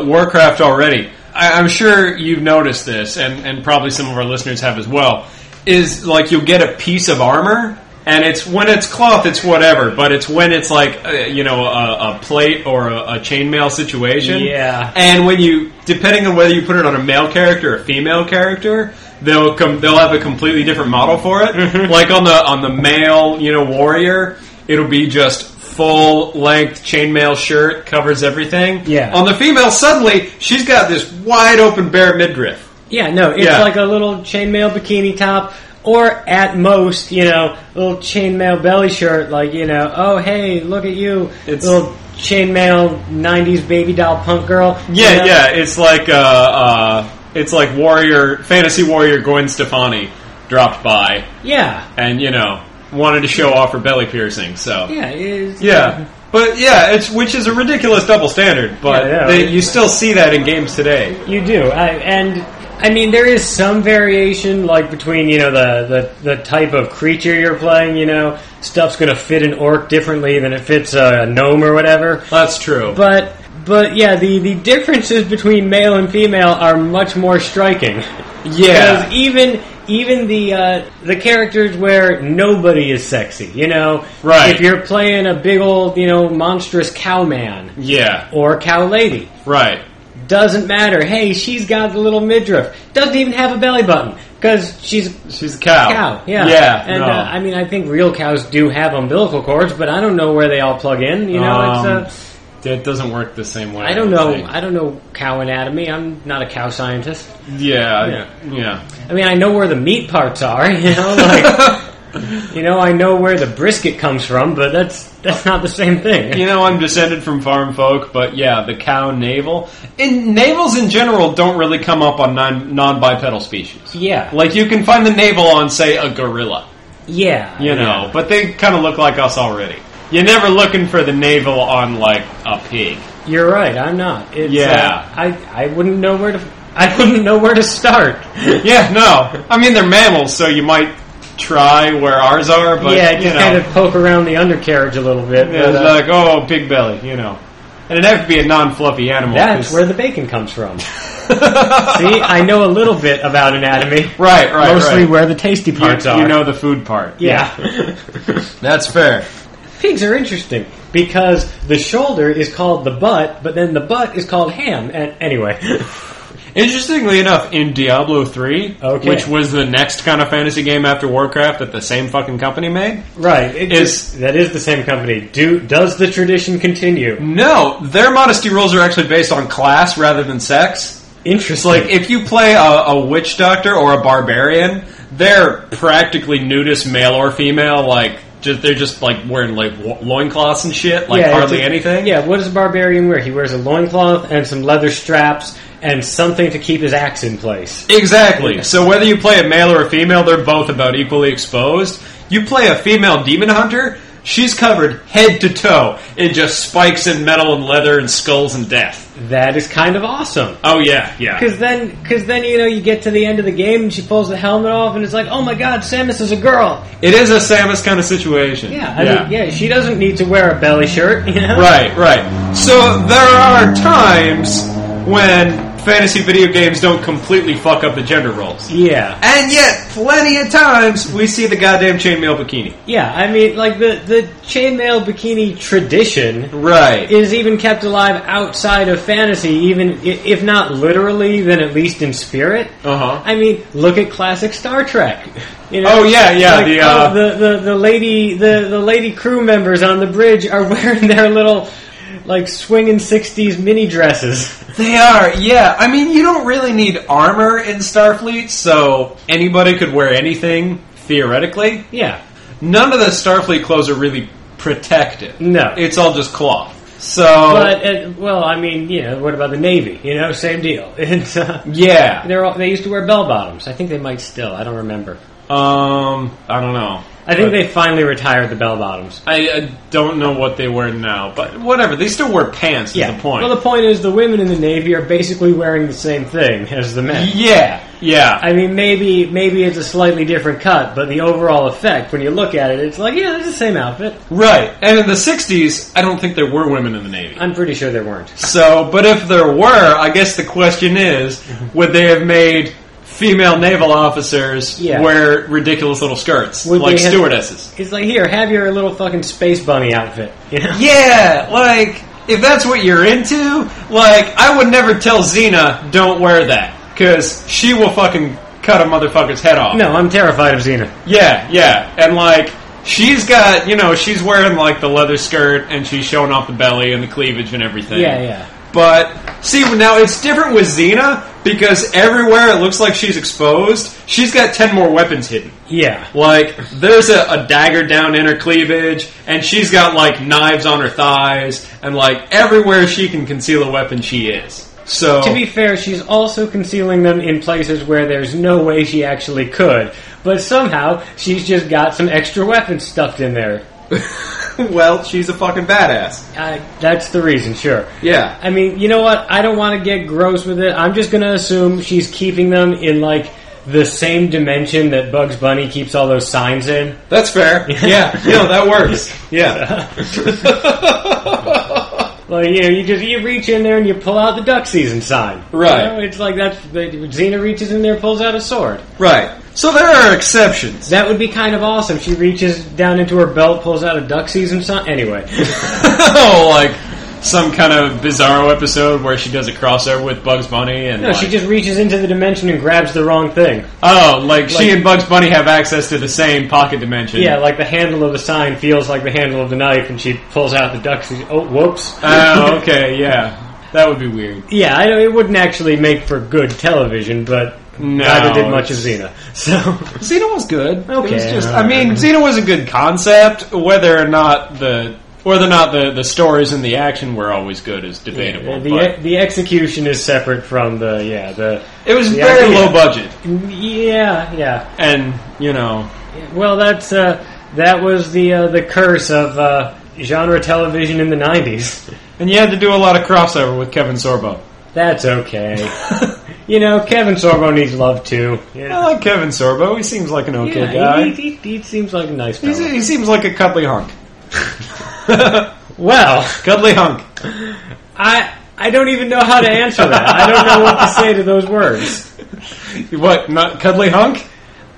Speaker 3: uh, Warcraft already, I- I'm sure you've noticed this, and, and probably some of our listeners have as well. Is like you'll get a piece of armor, and it's when it's cloth, it's whatever, but it's when it's like uh, you know a, a plate or a, a chainmail situation.
Speaker 2: Yeah.
Speaker 3: and when you depending on whether you put it on a male character or a female character, they'll come. They'll have a completely different model for it. Like on the on the male, you know, warrior, it'll be just full length chainmail shirt covers everything.
Speaker 2: Yeah.
Speaker 3: On the female, suddenly she's got this wide open bare midriff.
Speaker 2: Yeah, no, it's
Speaker 3: Yeah.
Speaker 2: like a little chainmail bikini top, or at most, you know, little chainmail belly shirt, like you know, oh hey, look at you,
Speaker 3: It's-
Speaker 2: little chainmail '90s baby doll punk girl. you
Speaker 3: Yeah,
Speaker 2: know?
Speaker 3: yeah. It's like uh, uh, it's like warrior fantasy warrior Gwen Stefani dropped by
Speaker 2: yeah,
Speaker 3: and you know wanted to show off her belly piercing. So
Speaker 2: yeah. It's,
Speaker 3: Yeah. But yeah, it's which is a ridiculous double standard, but
Speaker 2: Yeah, yeah.
Speaker 3: they, you still see that in games today.
Speaker 2: You do, I, and I mean there is some variation, like between you know the, the the type of creature you're playing. You know, stuff's going to fit an orc differently than it fits a gnome or whatever.
Speaker 3: That's true.
Speaker 2: But but yeah, the the differences between male and female are much more striking.
Speaker 3: *laughs* yeah,
Speaker 2: Because even even the uh, the characters where nobody is sexy, you know,
Speaker 3: Right.
Speaker 2: If you're playing a big old you know monstrous cowman
Speaker 3: yeah,
Speaker 2: or cow lady,
Speaker 3: right.
Speaker 2: doesn't matter. Hey, she's got the little midriff. Doesn't even have a belly button because she's a
Speaker 3: She's a cow.
Speaker 2: cow. Yeah,
Speaker 3: yeah.
Speaker 2: And
Speaker 3: no.
Speaker 2: uh, I mean, I think real cows do have umbilical cords, but I don't know where they all plug in. You know,
Speaker 3: Um,
Speaker 2: it's uh, a
Speaker 3: that doesn't work the same way.
Speaker 2: I don't
Speaker 3: would
Speaker 2: know.
Speaker 3: think.
Speaker 2: I don't know cow anatomy. I'm not a cow scientist.
Speaker 3: yeah, yeah,
Speaker 2: I mean, I know where the meat parts are. *laughs* You know, like you know, I know where the brisket comes from, but that's that's not the same thing.
Speaker 3: You know, I'm descended from farm folk, but yeah, the cow navel. And navels in general don't really come up on non- non-bipedal species.
Speaker 2: Yeah,
Speaker 3: Like you can find the navel on, say, a gorilla.
Speaker 2: yeah,
Speaker 3: you know. But they kind of look like us already. You're never looking for the navel on like a pig.
Speaker 2: You're right. I'm not. It's,
Speaker 3: Yeah.
Speaker 2: uh, I I wouldn't know where to. I wouldn't know where to start.
Speaker 3: Yeah, no. I mean they're mammals, so you might try where ours are, *laughs* but
Speaker 2: yeah,
Speaker 3: you
Speaker 2: just
Speaker 3: know,
Speaker 2: kind of poke around the undercarriage a little bit.
Speaker 3: yeah,
Speaker 2: but,
Speaker 3: it's
Speaker 2: uh,
Speaker 3: like oh, pig belly, you know. And it'd have to be a non-fluffy animal.
Speaker 2: that's
Speaker 3: 'cause-
Speaker 2: where the bacon comes
Speaker 3: *laughs*
Speaker 2: from. See, I know a little bit about anatomy.
Speaker 3: right, right,
Speaker 2: Mostly
Speaker 3: right.
Speaker 2: where the tasty parts
Speaker 3: you,
Speaker 2: are.
Speaker 3: you know the food part.
Speaker 2: yeah.
Speaker 3: that's fair.
Speaker 2: Pigs are interesting because the shoulder is called the butt, but then the butt is called ham. And anyway, *laughs*
Speaker 3: Interestingly enough, in Diablo 3,
Speaker 2: Okay.
Speaker 3: which was the next kind of fantasy game after Warcraft that the same fucking company made,
Speaker 2: right? It
Speaker 3: Is-
Speaker 2: just- that is the same company? Do does the tradition continue?
Speaker 3: No, their modesty rules are actually based on class rather than sex.
Speaker 2: Interesting.
Speaker 3: Like, if you play a, a witch doctor or a barbarian, they're practically nudist, male or female. Like, just, they're just like wearing like wo- loincloths and shit, like
Speaker 2: it's
Speaker 3: hardly
Speaker 2: a-
Speaker 3: anything.
Speaker 2: Yeah, what does a barbarian wear? He wears a loincloth and some leather straps and something to keep his axe in place.
Speaker 3: Exactly. So whether you play a male or a female, they're both about equally exposed. You play a female demon hunter, she's covered head to toe in just spikes and metal and leather and skulls and death.
Speaker 2: That is kind of awesome.
Speaker 3: Oh yeah, yeah.
Speaker 2: Because then, because then you know you get to the end of the game and she pulls the helmet off and it's like, oh my god, Samus is a girl.
Speaker 3: It is a Samus kind of situation.
Speaker 2: Yeah, I mean, yeah. She doesn't need to wear a belly shirt. You know?
Speaker 3: Right, right. So there are times when fantasy video games don't completely fuck up the gender roles.
Speaker 2: Yeah,
Speaker 3: And yet, plenty of times we see the goddamn chainmail bikini.
Speaker 2: yeah. I mean, like the the chainmail bikini tradition
Speaker 3: Right.
Speaker 2: is even kept alive outside of fantasy, even i- if not literally, then at least in spirit.
Speaker 3: Uh-huh.
Speaker 2: I mean, look at classic Star Trek. You know,
Speaker 3: Oh, yeah, yeah,
Speaker 2: like,
Speaker 3: the,
Speaker 2: oh,
Speaker 3: uh,
Speaker 2: the, the the lady the the lady crew members on the bridge are *laughs* wearing their little like swinging '60s mini dresses.
Speaker 3: They are, yeah. I mean, you don't really need armor in Starfleet, so anybody could wear anything, theoretically.
Speaker 2: Yeah,
Speaker 3: None of the Starfleet clothes are really protected.
Speaker 2: No.
Speaker 3: It's all just cloth. So.
Speaker 2: but uh, well, I mean, you know, what about the Navy? You know, same deal. *laughs* It's, uh,
Speaker 3: yeah.
Speaker 2: they're all, they used to wear bell bottoms. I think they might still. I don't remember.
Speaker 3: Um, I don't know.
Speaker 2: I think
Speaker 3: But-
Speaker 2: they finally retired the bell bottoms.
Speaker 3: I, I don't know what they wear now, but whatever. They still wear pants. Is the point?
Speaker 2: Well, the point is the women in the Navy are basically wearing the same thing as the men.
Speaker 3: yeah, yeah.
Speaker 2: I mean, maybe maybe it's a slightly different cut, but the overall effect, when you look at it, it's like, yeah, it's the same outfit.
Speaker 3: right. And in the '60s, I don't think there were women in the Navy.
Speaker 2: I'm pretty sure there weren't.
Speaker 3: So, but if there were, I guess the
Speaker 2: *laughs*
Speaker 3: question is, would they have made female naval officers
Speaker 2: Yeah.
Speaker 3: wear ridiculous little skirts
Speaker 2: Would
Speaker 3: like
Speaker 2: they have-
Speaker 3: stewardesses?
Speaker 2: It's like, here, have your little fucking space bunny outfit. You know?
Speaker 3: Yeah, like if that's what you're into, like I would never tell Xena don't wear that because she will fucking cut a motherfucker's head off.
Speaker 2: *laughs* No, I'm terrified of Xena.
Speaker 3: Yeah, yeah. And like she's got, you know, she's wearing like the leather skirt and she's showing off the belly and the cleavage and everything.
Speaker 2: Yeah, yeah.
Speaker 3: But see, now it's different with Xena because everywhere it looks like she's exposed, she's got 10 more weapons hidden.
Speaker 2: Yeah.
Speaker 3: Like there's a, a dagger down in her cleavage and she's got like knives on her thighs and like everywhere she can conceal a weapon she is. So
Speaker 2: To be fair, she's also concealing them in places where there's no way she actually could. But somehow, she's just got some extra weapons stuffed in there.
Speaker 3: *laughs* well, she's a fucking badass.
Speaker 2: Uh, that's the reason, sure.
Speaker 3: Yeah.
Speaker 2: I mean, you know what? I don't want to get gross with it. I'm just going to assume she's keeping them in, like, the same dimension that Bugs Bunny keeps all those signs in.
Speaker 3: That's fair. *laughs* Yeah, no, that works. *laughs* Yeah.
Speaker 2: Like, you know, you just you reach in there and you pull out the duck season sign.
Speaker 3: Right.
Speaker 2: You know, it's like that's. They, Xena reaches in there, pulls out a sword.
Speaker 3: right. So there are *laughs* exceptions.
Speaker 2: That would be kind of awesome. She reaches down into her belt, pulls out a duck season sign. Anyway,
Speaker 3: oh, like some kind of bizarro episode where she does a crossover with Bugs Bunny and
Speaker 2: no, *laughs* she
Speaker 3: like-
Speaker 2: just reaches into the dimension and grabs the wrong thing.
Speaker 3: Oh, like, she and Bugs Bunny have access to the same pocket dimension.
Speaker 2: Yeah, like the handle of the sign feels like the handle of the knife, and she pulls out the duck season. Oh, whoops. *laughs*
Speaker 3: Oh, okay, yeah. That would be weird.
Speaker 2: yeah, I know it wouldn't actually make for good television, but
Speaker 3: No,
Speaker 2: neither did much of Xena. *laughs* So
Speaker 3: Xena was good.
Speaker 2: Okay,
Speaker 3: It was just-
Speaker 2: all
Speaker 3: I mean,
Speaker 2: right.
Speaker 3: Xena was a good concept. Whether or not the whether or not the, the stories and the action were always good is debatable.
Speaker 2: the e, the execution is separate from the yeah the
Speaker 3: but it was
Speaker 2: the
Speaker 3: very
Speaker 2: idea-
Speaker 3: low budget.
Speaker 2: yeah yeah
Speaker 3: and you know,
Speaker 2: Well, that's uh, that was the uh, the curse of uh, genre television in the '90s.
Speaker 3: and you had to do a lot of crossover with Kevin Sorbo.
Speaker 2: *laughs* That's okay. you know, Kevin Sorbo needs love too.
Speaker 3: I
Speaker 2: Yeah,
Speaker 3: like Kevin Sorbo. He seems like an okay
Speaker 2: Oh, Yeah,
Speaker 3: guy.
Speaker 2: he, he, he, he seems like a nice
Speaker 3: He's a-
Speaker 2: guy.
Speaker 3: he seems like a cuddly hunk. *laughs*
Speaker 2: Well, *laughs*
Speaker 3: cuddly hunk.
Speaker 2: I I don't even know how to answer that. I don't know what to say to those words.
Speaker 3: What? Not cuddly hunk?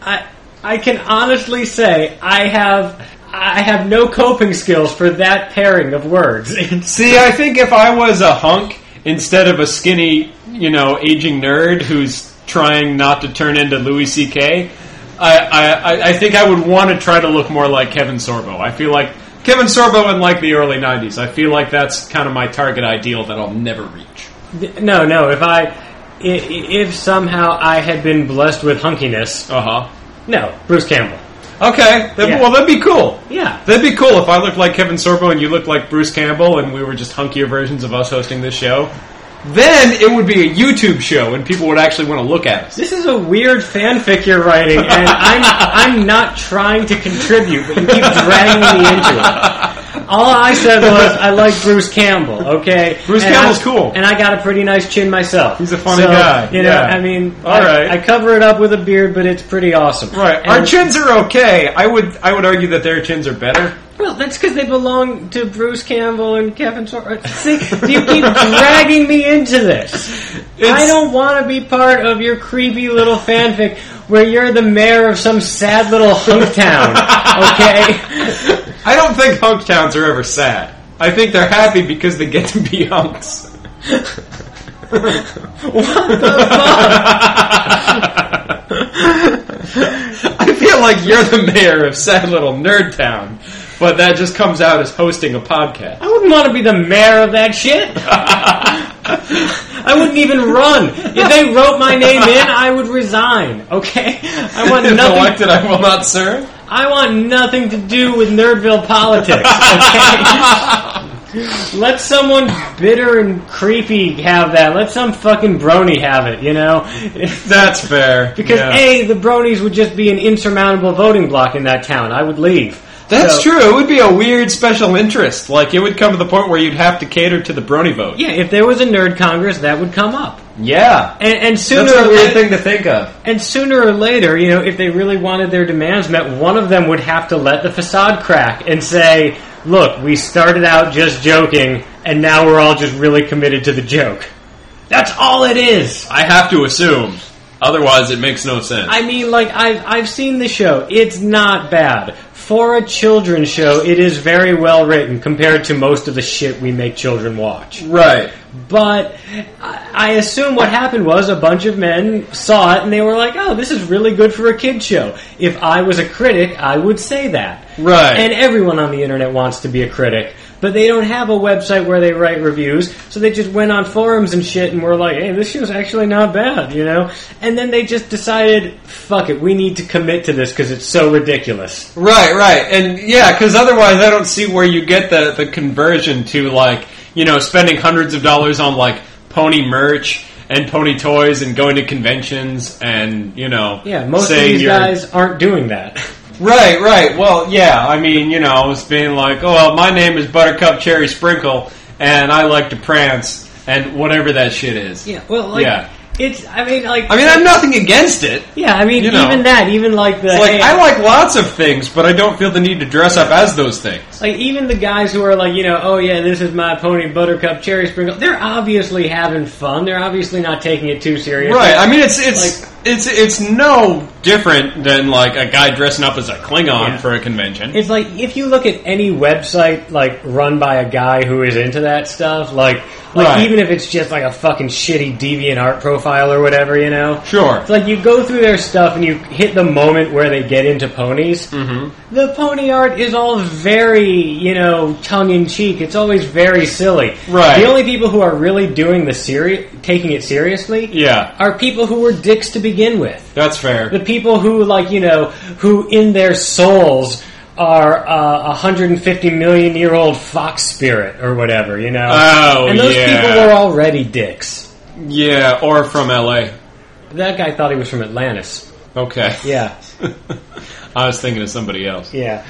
Speaker 2: I I can honestly say I have. I have no coping skills for that pairing of words. *laughs* It's-
Speaker 3: See, I think if I was a hunk instead of a skinny, you know, aging nerd who's trying not to turn into Louis C.K., I, I, I- I think I would want to try to look more like Kevin Sorbo. I feel like Kevin Sorbo in like the early '90s. I feel like that's kind of my target ideal that I'll never reach.
Speaker 2: no, no. If I, i- if somehow I had been blessed with hunkiness,
Speaker 3: Uh huh.
Speaker 2: No, Bruce Campbell.
Speaker 3: Okay. That,
Speaker 2: Uh-huh. Yeah.
Speaker 3: Well, that'd be cool.
Speaker 2: Yeah.
Speaker 3: That'd be cool if I looked like Kevin Sorbo and you looked like Bruce Campbell and we were just hunkier versions of us hosting this show. Then it would be a YouTube show and people would actually want to look at us.
Speaker 2: This is a weird fanfic you're writing, and I'm I'm not trying to contribute, but you keep dragging me into it. All I said was I like Bruce Campbell. Okay,
Speaker 3: Bruce
Speaker 2: And I-
Speaker 3: Campbell's cool.
Speaker 2: and I got a pretty nice chin myself.
Speaker 3: He's a funny
Speaker 2: So,
Speaker 3: guy,
Speaker 2: You know,
Speaker 3: yeah.
Speaker 2: I mean,
Speaker 3: All
Speaker 2: I,
Speaker 3: right.
Speaker 2: I cover it up with a beard, but it's pretty awesome.
Speaker 3: Right.
Speaker 2: And-
Speaker 3: Our chins are okay. I would I would argue that their chins are better.
Speaker 2: Well, that's because they belong to Bruce Campbell and Kevin Sorbo. See, you keep dragging me into this. I
Speaker 3: It's-
Speaker 2: don't want to be part of your creepy little fanfic where you're the mayor of some sad little hunk town. Okay,
Speaker 3: I don't think hunk towns are ever sad. I think they're happy because they get to be hunks. *laughs* I feel like you're the mayor of sad little nerd town, but that just comes out as hosting a podcast.
Speaker 2: I wouldn't want to be the mayor of that shit. I wouldn't even run if they wrote my name in. I would resign. Okay, I want
Speaker 3: If
Speaker 2: nothing.
Speaker 3: elected, I will not serve.
Speaker 2: I want nothing to do with Nerdville politics. Okay?
Speaker 3: *laughs*
Speaker 2: Let someone bitter and creepy have that. Let some fucking brony have it. You know, *laughs*
Speaker 3: That's fair.
Speaker 2: because
Speaker 3: yeah.
Speaker 2: a the bronies would just be an insurmountable voting block in that town. I would leave.
Speaker 3: That's
Speaker 2: So-
Speaker 3: true. It would be a weird special interest. Like it would come to the point where you'd have to cater to the Brony vote.
Speaker 2: Yeah, if there was a nerd congress, that would come up.
Speaker 3: Yeah,
Speaker 2: And, and sooner
Speaker 3: that's a
Speaker 2: or
Speaker 3: weird
Speaker 2: la-
Speaker 3: thing to think of.
Speaker 2: and sooner or later, you know, if they really wanted their demands met, one of them would have to let the facade crack and say, "Look, we started out just joking, and now we're all just really committed to the joke." That's all it is.
Speaker 3: I have to assume. Otherwise, it makes no sense.
Speaker 2: I mean, like I've I've seen the show. It's not bad for a children's show. It is very well written compared to most of the shit we make children watch.
Speaker 3: right.
Speaker 2: But I I assume what happened was a bunch of men saw it and they were like, "Oh, this is really good for a kid show." If I was a critic, I would say that.
Speaker 3: Right.
Speaker 2: And everyone on the internet wants to be a critic, but they don't have a website where they write reviews, so they just went on forums and shit and were like, "Hey, this show's actually not bad," you know. And then they just decided, "Fuck it, we need to commit to this because it's so ridiculous."
Speaker 3: Right, right, and yeah, because otherwise I don't see where you get the the conversion to like you know spending hundreds of dollars on like pony merch and pony toys and going to conventions and you know
Speaker 2: Yeah, most of
Speaker 3: saying
Speaker 2: these
Speaker 3: you're-
Speaker 2: guys aren't doing that.
Speaker 3: Right, right. Well, yeah. I mean, you know, it's being like, oh, well, my name is Buttercup Cherry Sprinkle, and I like to prance and whatever that shit is.
Speaker 2: Yeah, well, like
Speaker 3: Yeah.
Speaker 2: it's. I mean, like.
Speaker 3: I mean, I'm nothing against it.
Speaker 2: Yeah, I mean,
Speaker 3: you know.
Speaker 2: even that, even like the
Speaker 3: It's like
Speaker 2: hey,
Speaker 3: I like lots of things, but I don't feel the need to dress up as those things.
Speaker 2: like even the guys who are like, you know, oh yeah, this is my pony buttercup cherry sprinkle. They're obviously having fun. They're obviously not taking it too serious.
Speaker 3: Right. I mean, it's it's it's it's no different than like a guy dressing up as a Klingon
Speaker 2: Yeah.
Speaker 3: for a convention.
Speaker 2: It's like if you look at any website like run by a guy who is into that stuff, like like
Speaker 3: Right.
Speaker 2: even if it's just like a fucking shitty deviant art profile or whatever, you know.
Speaker 3: sure.
Speaker 2: It's like you go through their stuff and you hit the moment where they get into ponies. Mm-hmm. The pony art is all very, you know, tongue in cheek. It's always very silly.
Speaker 3: Right.
Speaker 2: The only people who are really doing the seri- taking it seriously,
Speaker 3: yeah,
Speaker 2: are people who were dicks to begin with.
Speaker 3: that's fair.
Speaker 2: The people who, like, you know, who in their souls are uh, a 150 million year old fox spirit or whatever, you know.
Speaker 3: Oh,
Speaker 2: and those
Speaker 3: yeah.
Speaker 2: people were already dicks.
Speaker 3: yeah, or from L.A.
Speaker 2: That guy thought he was from Atlantis.
Speaker 3: Okay.
Speaker 2: Yeah.
Speaker 3: I was thinking of somebody else.
Speaker 2: Yeah.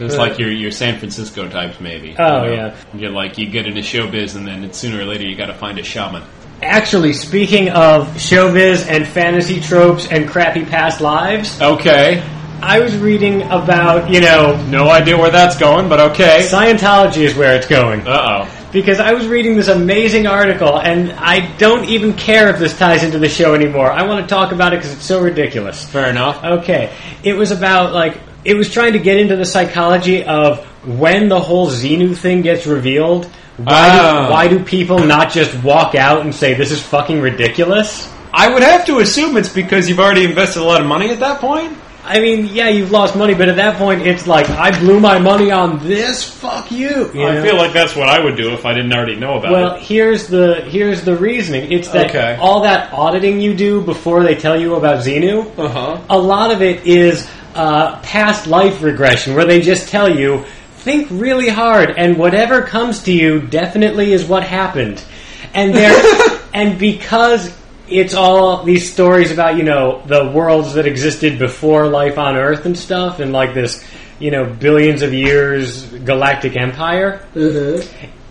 Speaker 3: It's
Speaker 2: Uh,
Speaker 3: like your your San Francisco types, maybe.
Speaker 2: Oh,
Speaker 3: You
Speaker 2: yeah.
Speaker 3: You're like you get into showbiz, and then sooner or later you got to find a shaman.
Speaker 2: Actually, speaking of showbiz and fantasy tropes and crappy past lives,
Speaker 3: Okay,
Speaker 2: I was reading about, you know,
Speaker 3: no idea where that's going, but okay.
Speaker 2: Scientology is where it's going.
Speaker 3: Uh oh.
Speaker 2: Because I was reading this amazing article, and I don't even care if this ties into the show anymore. I want to talk about it because it's so ridiculous.
Speaker 3: Fair enough.
Speaker 2: Okay. It was about like it was trying to get into the psychology of when the whole Xenu thing gets revealed. Why,
Speaker 3: Oh.
Speaker 2: do, why do people not just walk out and say this is fucking ridiculous?
Speaker 3: I would have to assume it's because you've already invested a lot of money at that point.
Speaker 2: I mean, yeah, you've lost money, but at that point, it's like I blew my money on this. Fuck you. you know?
Speaker 3: like that's what I would do if I didn't already know about
Speaker 2: Well, here's the here's the reasoning. It's that
Speaker 3: Okay.
Speaker 2: all that auditing you do before they tell you about Xenu,
Speaker 3: Uh huh.
Speaker 2: a lot of it is uh, past life regression, where they just tell you think really hard, and whatever comes to you definitely is what happened. And there, and because it's all these stories about you know the worlds that existed before life on Earth and stuff, and like this you know billions of years galactic empire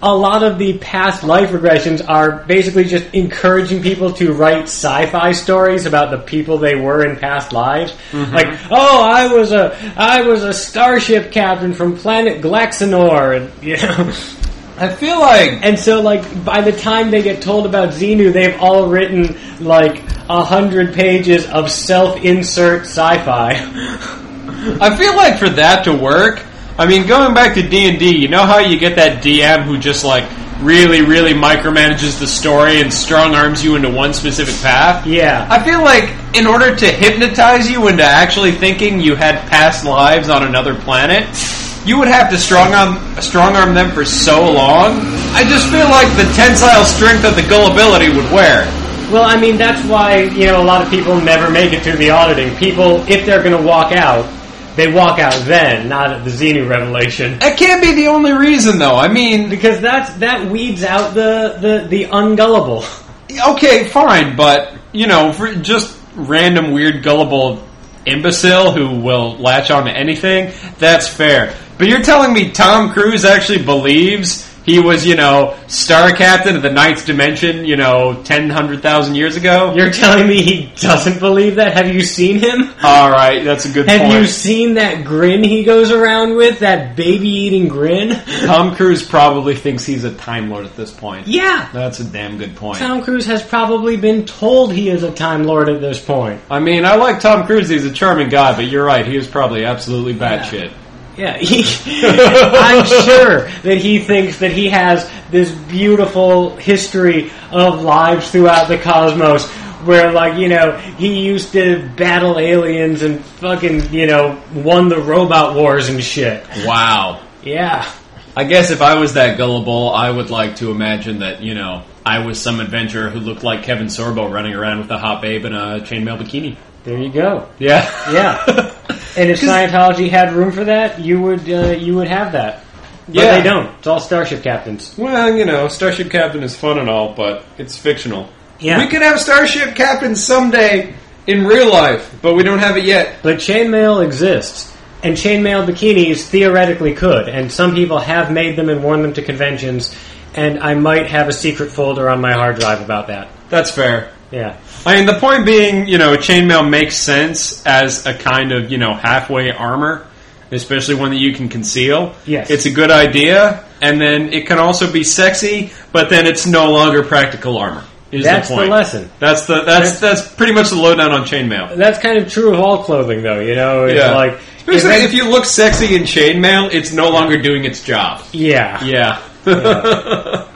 Speaker 2: a lot of the past life regressions are basically just encouraging people to write sci-fi stories about the people they were in past lives. Like, oh, I was a I was a starship captain from planet Glaxenor, and you know. *laughs*
Speaker 3: I feel like
Speaker 2: And so, like, by the time they get told about Xenu, they've all written like a hundred pages of self-insert sci-fi. *laughs*
Speaker 3: I feel like for that to work, I mean, going back to D and D, you know how you get that DM who just like really, really micromanages the story and strong arms you into one specific path.
Speaker 2: yeah.
Speaker 3: I feel like in order to hypnotize you into actually thinking you had past lives on another planet, you would have to strong arm strong arm them for so long. I just feel like the tensile strength of the gullibility would wear.
Speaker 2: Well, I mean, that's why, you know, a lot of people never make it through the auditing. People, if they're going to walk out, they walk out then, not at the Xenu revelation.
Speaker 3: That can't be the only reason, though. I mean,
Speaker 2: Because that's, that weeds out the, the, the ungullible. *laughs*
Speaker 3: okay, fine, but you know, for just random weird gullible imbecile who will latch on to anything, that's fair. But you're telling me Tom Cruise actually believes he was, you know, star captain of the ninth dimension, you know, ten hundred thousand years ago?
Speaker 2: You're telling me he doesn't believe that? Have you seen him?
Speaker 3: All right, that's a good
Speaker 2: Have
Speaker 3: point.
Speaker 2: you seen that grin he goes around with? That baby eating grin? *laughs*
Speaker 3: Tom Cruise probably thinks he's a time lord at this point.
Speaker 2: Yeah!
Speaker 3: That's a damn good point.
Speaker 2: Tom Cruise has probably been told he is a Time Lord at this point.
Speaker 3: I mean, I like Tom Cruise; he's a charming guy. But you're right; he was probably absolutely batshit.
Speaker 2: Yeah, Yeah, he, *laughs* I'm sure that he thinks that he has this beautiful history of lives throughout the cosmos where, like, you know, he used to battle aliens and fucking, you know, won the robot wars and shit.
Speaker 4: Wow.
Speaker 2: Yeah.
Speaker 4: I guess if I was that gullible, I would like to imagine that, you know, I was some adventurer who looked like Kevin Sorbo running around with a hot babe and a chainmail bikini.
Speaker 2: There you go.
Speaker 4: Yeah. *laughs*
Speaker 3: *laughs*
Speaker 2: Yeah. And if Scientology had room for that, you would uh, you would have that. But
Speaker 3: Yeah.
Speaker 2: they don't. It's all starship captains.
Speaker 3: Well, you know, Starship Captain is fun and all, but it's fictional.
Speaker 2: Yeah.
Speaker 3: We could have Starship Captain someday in real life, but we don't have it yet.
Speaker 2: But chainmail exists, and chainmail bikinis theoretically could, and some people have made them and worn them to conventions. And I might have a secret folder on my hard drive about that.
Speaker 3: That's fair.
Speaker 2: Yeah,
Speaker 3: I mean, the point being, you know, chainmail makes sense as a kind of, you know, halfway armor, especially one that you can conceal.
Speaker 2: Yes.
Speaker 3: It's a good idea, and then it can also be sexy, but then it's no longer practical armor. Is
Speaker 2: That's
Speaker 3: the,
Speaker 2: the
Speaker 3: point.
Speaker 2: lesson.
Speaker 3: That's the that's that's pretty much the lowdown on chainmail.
Speaker 2: that's kind of true of all clothing, though. You know, it's
Speaker 3: Yeah.
Speaker 2: like
Speaker 3: Especially
Speaker 2: it
Speaker 3: if you look sexy in chainmail, it's no longer doing
Speaker 2: *laughs*
Speaker 3: its job.
Speaker 2: yeah.
Speaker 3: Yeah.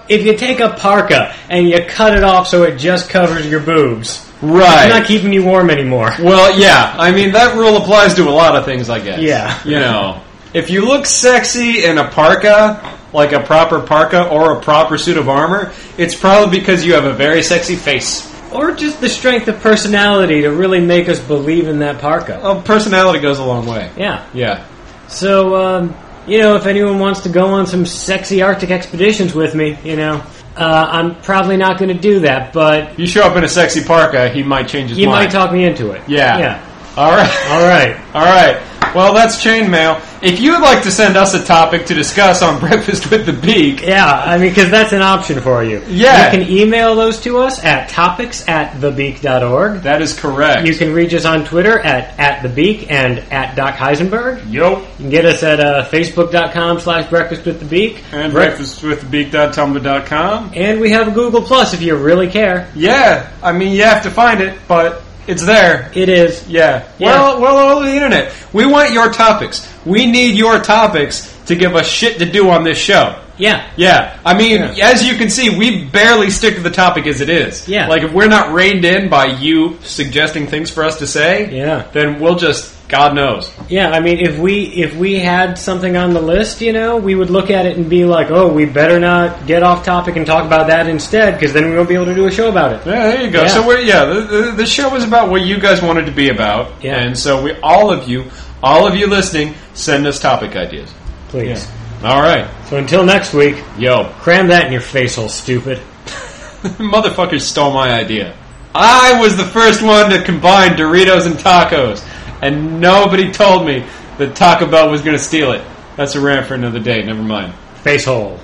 Speaker 2: If you take a parka and you cut it off so it just covers your boobs,
Speaker 3: right.
Speaker 2: it's not keeping you warm anymore.
Speaker 3: Well, yeah. I mean, that rule applies to a lot of things, I guess.
Speaker 2: Yeah.
Speaker 3: You know, if you look sexy in a parka, like a proper parka or a proper suit of armor, it's probably because you have a very sexy face.
Speaker 2: Or just the strength of personality to really make us believe in that parka.
Speaker 3: Oh, personality goes a long way.
Speaker 2: Yeah.
Speaker 3: Yeah.
Speaker 2: So, um, you know, if anyone wants to go on some sexy Arctic expeditions with me, you know, uh, I'm probably not going to do that, but
Speaker 3: You show up in a sexy parka, he might change his
Speaker 2: you
Speaker 3: mind.
Speaker 2: might talk me into it.
Speaker 3: Yeah.
Speaker 2: Yeah.
Speaker 3: All right. *laughs*
Speaker 2: All right.
Speaker 3: All right. Well, that's chainmail. If you would like to send us a topic to discuss on *laughs* Breakfast with the Beak,
Speaker 2: Yeah, I mean, because that's an option for you.
Speaker 3: Yeah.
Speaker 2: You can email those to us at topics at thebeak.org.
Speaker 3: that is correct.
Speaker 2: You can reach us on Twitter at, at thebeak and at Doc Heisenberg. You
Speaker 3: Yo.
Speaker 2: can get us at uh, facebook.com slash breakfast with the beak.
Speaker 3: And breakfastwiththebeak.tumblr.com.
Speaker 2: And we have a Google Plus if you really care.
Speaker 3: Yeah, I mean you have to find it, but it's there.
Speaker 2: It is.
Speaker 3: Yeah.
Speaker 2: Yeah.
Speaker 3: Well, well, all over the internet. We want your topics. We need your topics to give us shit to do on this show.
Speaker 2: Yeah.
Speaker 3: Yeah. I mean, as you can see, we barely stick to the topic as it is.
Speaker 2: Yeah.
Speaker 3: Like if we're not reined in by you suggesting things for us to say,
Speaker 2: Yeah.
Speaker 3: then we'll just God knows.
Speaker 2: Yeah, I mean, if we if we had something on the list, you know, we would look at it and be like, "Oh, we better not get off topic and talk about that instead, because then we won't be able to do a show about it."
Speaker 3: Yeah, there you go.
Speaker 2: Yeah.
Speaker 3: So we're yeah, the, the, the show was about what you guys wanted to be about,
Speaker 2: Yeah.
Speaker 3: and so we all of you, all of you listening, send us topic ideas.
Speaker 2: Please.
Speaker 3: All right.
Speaker 2: So until next week,
Speaker 3: Yo,
Speaker 2: cram that in your face, old stupid.
Speaker 3: *laughs* motherfuckers stole my idea. I was the first one to combine Doritos and tacos, and nobody told me that Taco Bell was going to steal it. That's a rant for another day. Never mind.
Speaker 2: Face hole.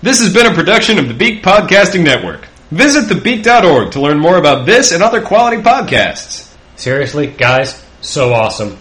Speaker 3: This has been a production of the Beak Podcasting Network. Visit thebeak.org to learn more about this and other quality podcasts.
Speaker 2: Seriously, guys, so awesome.